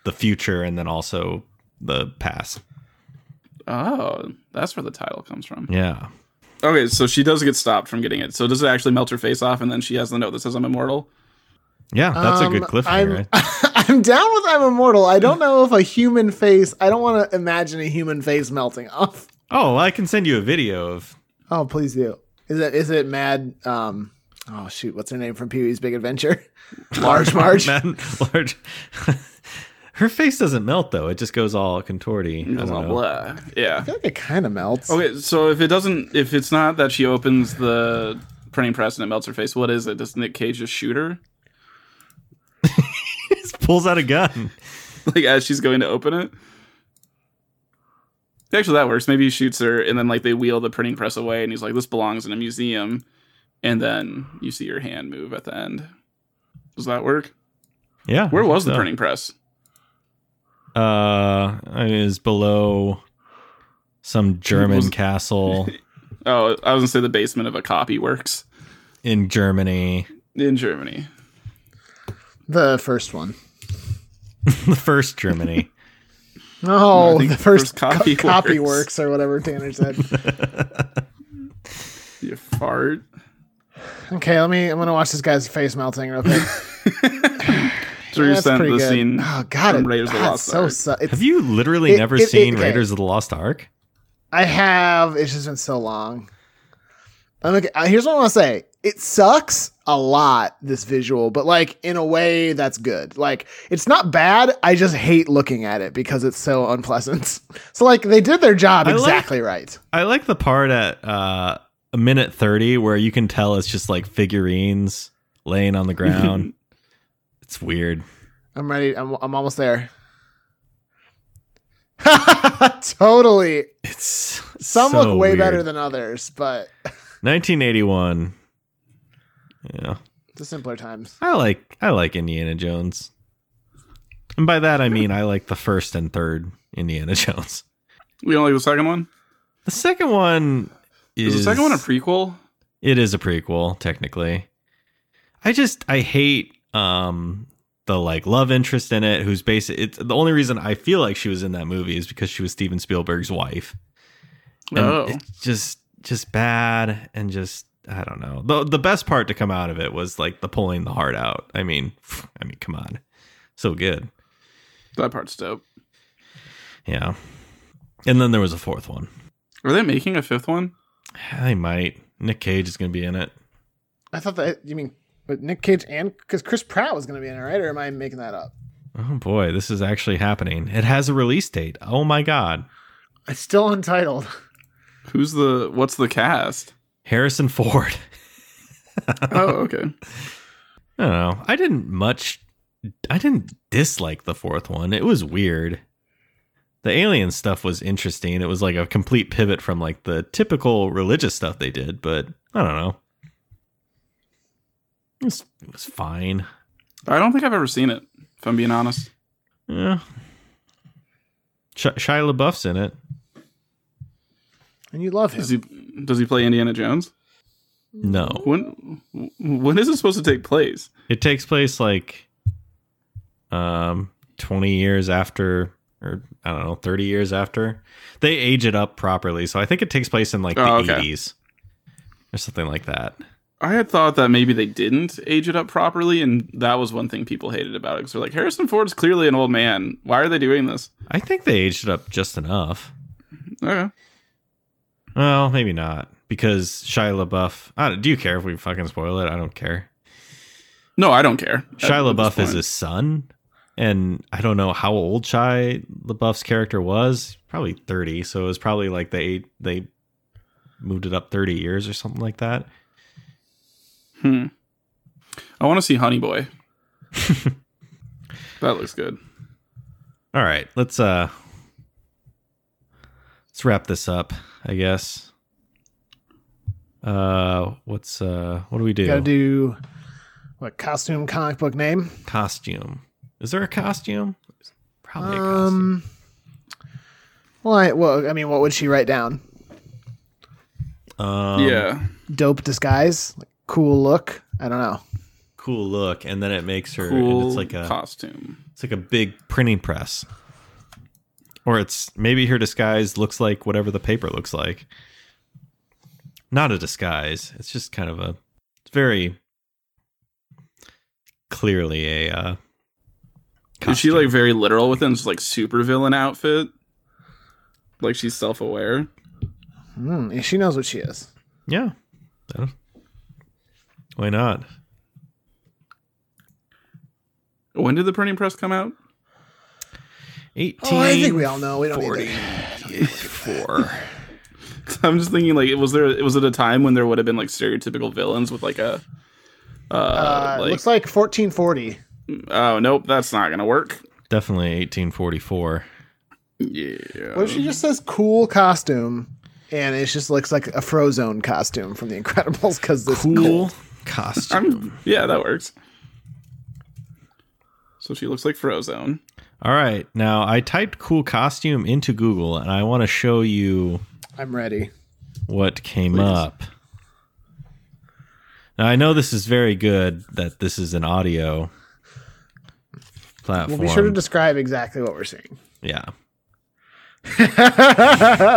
A: the future and then also the past.
C: oh, that's where the title comes from.
A: Yeah.
C: Okay, so she does get stopped from getting it. So does it actually melt her face off, and then she has the note that says "I'm immortal"?
A: Yeah, (laughs) that's a good
B: Um,
A: cliffhanger.
B: I'm,
A: right?
B: (laughs) I'm down with I'm immortal. I don't know if a human face. I don't want to imagine a human face melting off. (laughs)
A: Oh, well, I can send you a video of.
B: Oh, please do. Is it is it mad? Um, oh shoot, what's her name from Pee Wee's Big Adventure? (laughs)
A: (laughs)
B: Large
C: (laughs)
B: Marge.
A: Mad large. (laughs) Her face doesn't melt though; it just goes all contorty. I don't
C: Blah,
A: know.
C: blah. Yeah.
B: I feel like it kind of melts.
C: Okay, so if it doesn't, if it's not that she opens the printing press and it melts her face, what is it? Does Nick Cage just shoot her
A: (laughs)
C: (laughs)
A: Just pulls out a gun.
C: like as she's going to open it? Actually, that works. Maybe he shoots her, and then like they wheel the printing press away, and he's like, "This belongs in a museum," and then you see your hand move at the end. Does that work?
A: Yeah.
C: Where was the
A: so.
C: printing press?
A: Uh, it is below some German
C: Was- (laughs)
A: castle
C: Oh, I was gonna say the basement of a copy works
A: in Germany. (laughs)
C: in Germany.
B: The first one.
A: the first Germany.
B: Oh,
C: I think
B: the first,
C: first
B: copy,
C: copy
B: copy
C: works.
B: works. or whatever Tanner
C: (laughs)
B: said.
C: You fart.
B: okay, let me. I'm gonna watch this guy's face melting real quick.
C: (laughs) Drew
B: That's
C: sent
B: pretty
C: the
B: good. (sighs)
C: scene.
B: Oh God,
C: from
B: it,
C: Raiders of the
B: God,
C: Lost
B: so
C: Ark.
B: su- it's,
A: Have you literally
B: It-
A: never
B: it- it-
A: seen
B: okay.
A: Raiders of the Lost Ark?
B: I have. It's just been so long. I'm like, uh, here's what I want to say. It sucks a lot this visual, but like in a way that's good. Like it's not bad. I just hate looking at it because it's so unpleasant. (laughs) So like they did their job
A: I like-
B: exactly right.
A: I like the part at uh, a minute thirty where you can tell it's just like figurines laying on the
B: (laughs)
A: ground. it's weird.
B: I'm ready. I'm, I'm almost there. (laughs) totally.
A: It's
B: Some
A: so
B: look way
A: weird.
B: better than others, but
A: 1981. Yeah,
B: the simpler times.
A: I like I like Indiana Jones, and by that I mean I like the first and third Indiana (laughs) Jones.
C: We don't like the second one.
A: The second one is
C: Is the second one a prequel?
A: It is a prequel, technically. I just I hate um the like love interest in it who's basic it's the only reason I feel like she was in that movie is because she was Steven Spielberg's wife. And
C: Oh.
A: it's just just bad and just I don't know. The the best part to come out of it was like the pulling the heart out. I mean, I mean, come on. So good.
C: That part's dope.
A: Yeah. And then there was a fourth one.
C: Are they making a fifth one?
A: I might. Nick Cage is going to be in it.
B: I thought that you mean, but Nick Cage and because Chris Pratt was going to be in it, right? Or am I making that up?
A: Oh boy, this is actually happening. It has a release date. Oh my god.
B: It's still untitled. (laughs)
C: Who's the what's
A: (laughs)
C: the cast?
A: Harrison Ford. (laughs)
C: Oh, okay.
A: I don't know. I didn't much I didn't dislike the fourth one. It was weird. The alien stuff was interesting. It was like a complete pivot from like the typical religious stuff they did, but I don't know. It was, it was fine.
C: I don't think I've ever seen it, if I'm being honest.
A: Yeah. Eh. Sh- Shia LaBeouf's in it.
B: And you love him.
C: Does he does he play Indiana Jones?
A: No.
C: When when is it supposed to take place?
A: It takes place like um 20 years after or I don't know, 30 years after. They age it up properly. So I think it takes place in like the
C: Oh, okay.
A: 80s or something like that.
C: I had thought that maybe they didn't age it up properly, and that was one thing people hated about it. Because they're like, Harrison Ford's clearly an old man. Why are they doing this?
A: I think they aged it up just enough.
C: Okay.
A: Well, maybe not because Shia LaBeouf. I don't, do you care if we fucking spoil it? I don't care.
C: No, I don't care. At-
A: Shia
C: at this
A: LaBeouf is
C: point.
A: his son, and I don't know how old Shia LaBeouf's character was. Probably thirty, so it was probably like they they moved it up thirty years or something like that.
C: Hmm. I want to see
A: (laughs)
C: Honey Boy. that looks good.
A: All right, let's uh let's wrap this up, I guess. Uh, what's uh, what do we
B: Got to
A: do?
B: do what costume, comic book name.
A: Costume. Is there a costume? Probably a costume.
B: Um. Well, I, well, I mean, what would she write down?
A: Um,
C: yeah.
B: Dope disguise, like, cool look. I don't know.
A: cool look, and then it makes her.
C: Cool
A: and it's like a
C: costume.
A: it's like a big printing press, or it's maybe her disguise looks like whatever the paper looks like. Not a disguise. It's just kind of a. It's very clearly a. Uh,
C: Is she
A: costume.
C: like very literal with it? and It's like super villain outfit. Like she's self aware.
B: Hmm, yeah, she knows what she is.
A: Yeah. I don't- Why not?
B: Oh,
C: When did the printing press come out? (laughs)
A: Eighteen.
B: Oh, I think we all know. We don't need to.
A: Forty-four.
C: I'm just thinking like was there was it a time when there would have been like stereotypical villains with like a uh,
B: Uh,
C: like,
B: looks like 1440.
C: oh nope that's not gonna work.
A: Definitely eighteen forty-four.
C: Yeah.
B: What if she just says cool costume and it just looks like a Frozone costume from The Incredibles because this
A: Cool costume.
C: I'm, yeah, that works. So she looks like Frozone.
A: All right. Now I typed cool costume into Google and I want to show you
B: I'm ready.
A: what came
C: Please.
A: up. Now I know this is very good that this is an audio
B: We'll
A: platform.
B: be sure to describe exactly what we're seeing. (laughs)
A: yeah.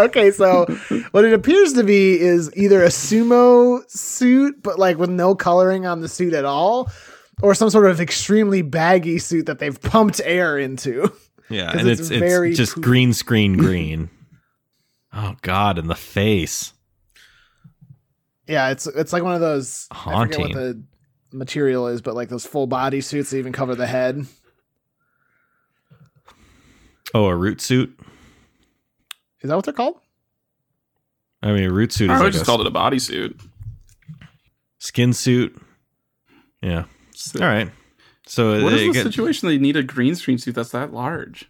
B: okay, so what it appears to be is either a sumo suit, but like with no coloring on the suit at all, or some sort of extremely baggy suit that they've pumped air into. (laughs)
A: Yeah.
B: 'Cause
A: And
B: it's
A: it's it's,
B: very
A: just
B: poofy.
A: green screen green. oh God, in the face.
B: Yeah, it's it's like one of those I
A: Haunting.
B: forget what the material is, but like those full body suits that even cover the head.
A: Oh, a root suit?
B: Is that what they're called?
A: I mean a root suit
C: I
A: is
C: would
A: like
C: just
A: a
C: called it a bodysuit.
A: skin suit. Yeah. All right. So
C: What
A: it-
C: is
A: it
C: the
A: get-
C: situation they need a green screen suit that's that large?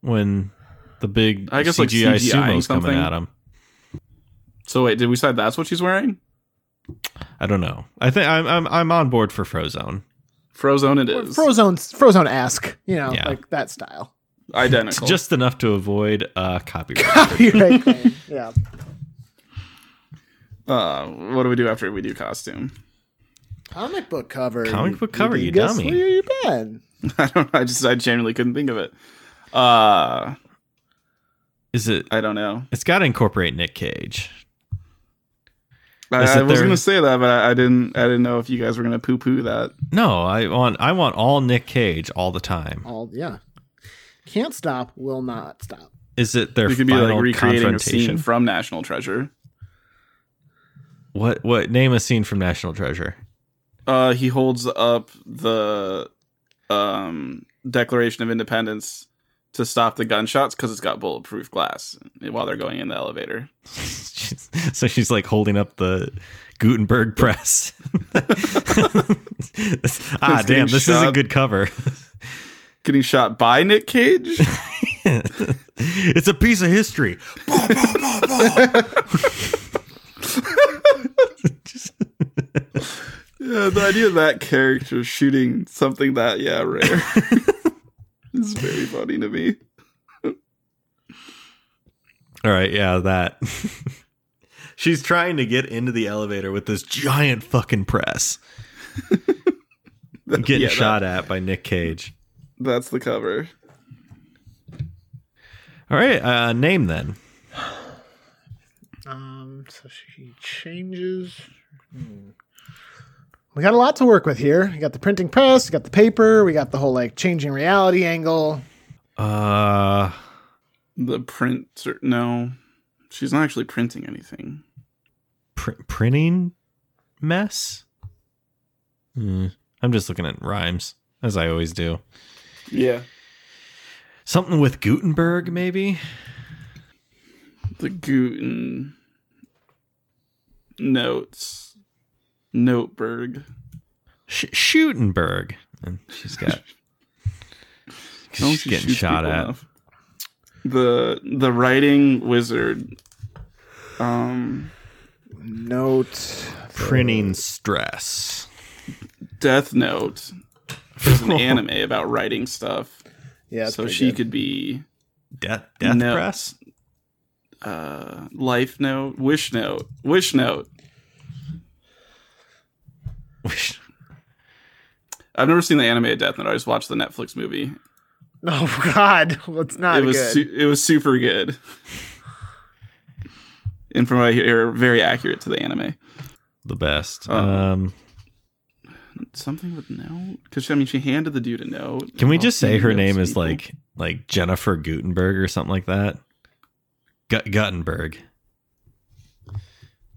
A: when the big
C: I guess, like,
A: CGI,
C: CGI
A: sumos
C: something.
A: coming at him?
C: So wait, did we decide that's what she's wearing?
A: I don't know. I think I'm I'm I'm on board for Frozone.
C: Frozone it
B: Or
C: is.
B: Frozone Frozone esque, you know,
A: Yeah.
B: like that style. (laughs)
C: Identical.
A: Just
B: (laughs)
A: enough to avoid uh copyright.
B: Copyright claim. Yeah.
C: Uh, what do we do after we do costume? (laughs)
B: Comic book cover.
A: Comic book cover, you
B: guess
A: dummy.
B: Where you been?
C: I don't. I just. I genuinely couldn't think of it. Uh,
A: Is it?
C: I don't know.
A: It's got to incorporate Nick Cage.
C: I,
A: Is
C: I
A: it
C: was
A: there-
C: gonna say that, but I, I didn't. I didn't know if you guys were gonna poo poo that.
A: No, I want I want all Nick Cage all the time.
B: All yeah. Can't stop. Will not stop.
A: Is it their
C: We could be
A: final
C: like recreating a
A: confrontation?
C: scene from National Treasure.
A: what what name a scene from National Treasure? (laughs)
C: Uh, he holds up the um Declaration of Independence to stop the gunshots because it's got bulletproof glass while they're going in the elevator.
A: She's- so she's like holding up the Gutenberg press. (laughs) ah,
C: It's getting
A: damn! This is a
C: shoved.
A: good cover. (laughs)
C: Getting shot by Nick Cage. (laughs)
A: it's a piece of history.
C: yeah, the idea of that character shooting something that yeah rare
A: (laughs)
C: is very funny to me.
A: All right, yeah, that. (laughs) she's trying to get into the elevator with this giant fucking press, getting
C: Yeah, that-
A: shot at by Nick Cage.
C: that's the cover.
A: All right, uh, name then.
B: Um. So she changes. Hmm. We got a lot to work with here. We got the printing press. We got the paper. We got the whole like changing reality angle.
A: Uh,
C: The printer. No, she's not actually printing anything.
A: pr- printing mess. Hmm, I'm just looking at rhymes as I always do.
C: Yeah,
A: Something with Gutenberg, maybe.
C: the Guten notes. Noteberg.
A: Sh- Schutenberg, and she's got. (laughs)
C: I don't
A: she's
C: think she
A: getting
C: shoots
A: shot
C: people
A: at.
C: enough. The the writing wizard. Um,
B: Note.
C: Uh,
A: Printing stress.
C: Death Note
A: (laughs)
C: is an anime about writing stuff.
B: Yeah. it's
C: so
B: pretty
C: she
B: good.
C: could be
A: Death, death
C: No.
A: (laughs) press.
C: uh life note, wish note, wish note. I've never seen the anime of Death Note. I just watched the Netflix movie.
B: (laughs) Oh God. (laughs) Let's not.
C: it was
B: good.
C: su- it was super good. and from what I hear, very accurate to the anime.
A: The best.
C: Oh.
A: Um,
C: Something with note because I mean she handed the dude a note.
A: can we
C: I'll
A: just say
C: see
A: her
C: those
A: name is
C: people.
A: like like Jennifer Gutenberg or something like that? Gut Gutenberg.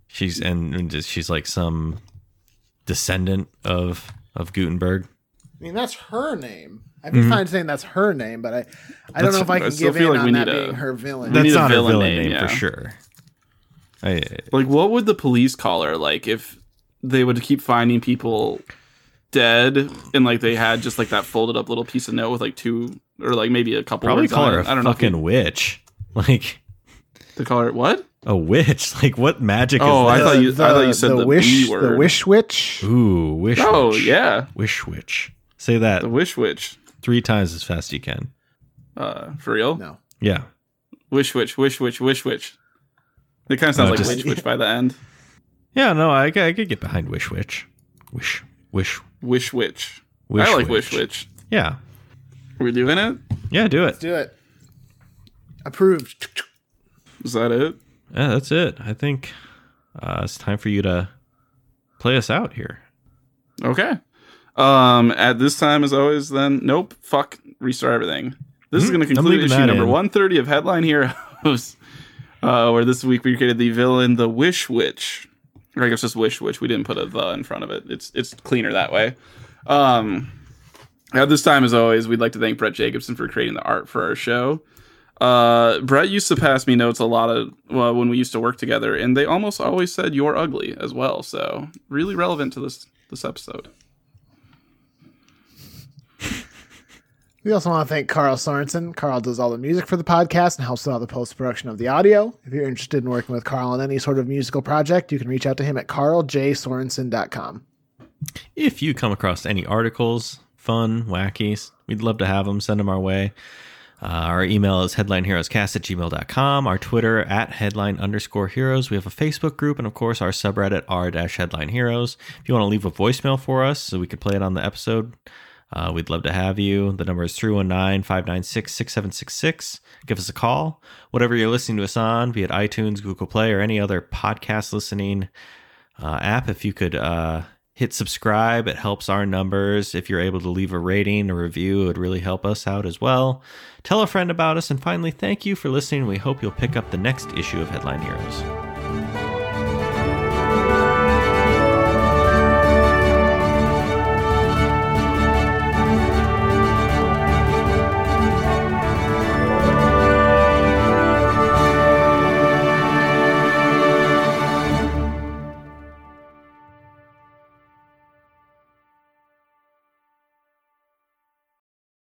A: She's and and just- she's like some descendant of of Gutenberg.
B: I mean, that's her name. I'd be
A: Mhm.
B: fine saying that's her name, but I, I don't
C: Mm-hmm. That's-
B: know if I
C: I
B: can
C: still
B: give
C: feel
B: in
C: like
B: on
C: we
B: that
C: need a-
B: being her villain.
C: need
A: That's
C: a
A: not
C: villain
A: a villain
C: name,
A: name,
C: yeah.
A: for sure. I,
C: Like, what would the police call her? Like, if they would keep finding people dead and like they had just like that folded up little piece of note with like two or like maybe a couple.
A: probably
C: words
A: call
C: on
A: her a
C: it. I don't
A: fucking
C: know.
A: witch. (laughs) Like
C: If they call her what?
A: a witch. (laughs) Like what magic
C: Oh, I
A: is
C: thought you- I thought you said the
B: wish,
C: B word.
B: the wish witch.
A: that? Ooh, wish
C: Oh
A: witch.
C: yeah,
A: Wish witch. Say that
C: the wish witch.
A: three times as fast as you can.
C: Uh, for real?
B: No,
A: Yeah.
C: Wish witch, wish witch, wish witch. It kind of sounds
A: No,
C: like
A: Uh, just-
C: witch witch by the end.
A: Yeah, no, I, I could get behind Wish Witch. Wish, Wish,
C: Wish witch.
A: Wish.
C: I like wish witch.
A: Yeah.
C: We're doing it.
A: Yeah, do
B: let's
A: it.
B: do it. Approved.
C: Is that it?
A: Yeah, that's it. I think uh, it's time for you to play us out here.
C: Okay. Um, at this time, as always, then nope, fuck, restart everything. This is
A: Hmm,
C: going to
A: I'm
C: conclude
A: leaving
C: issue
A: that
C: number
A: in.
C: 130 of Headline Heroes, (laughs) uh, where this week we created the villain, the Wish Witch. Or I guess just Wish Witch. We didn't put a the in front of it. It's it's cleaner that way. Um, at this time, as always, we'd like to thank Brett Jacobson for creating the art for our show. Uh, Brett used to pass me notes a lot of well, when we used to work together, and they almost always said "you're ugly" as well. So really relevant to this this episode.
B: We also want to thank Carl Sorensen. Carl does all the music for the podcast and helps with all the post production of the audio. If you're interested in working with Carl on any sort of musical project, you can reach out to him at carljsorensen.com.
A: If you come across any articles, fun, wackies, we'd love to have them. Send them our way. Uh, our email is headlineheroescast at gmail.com. Our Twitter at headline underscore heroes. We have a Facebook group and, of course, our subreddit r dash headline heroes. If you want to leave a voicemail for us so we could play it on the episode, uh, we'd love to have you. The number is 319 596 6766. Give us a call. Whatever you're listening to us on, be it iTunes, Google Play, or any other podcast listening uh, app, if you could uh, hit subscribe, it helps our numbers. If you're able to leave a rating, a review, it would really help us out as well. Tell a friend about us. And finally, thank you for listening. We hope you'll pick up the next issue of Headline Heroes.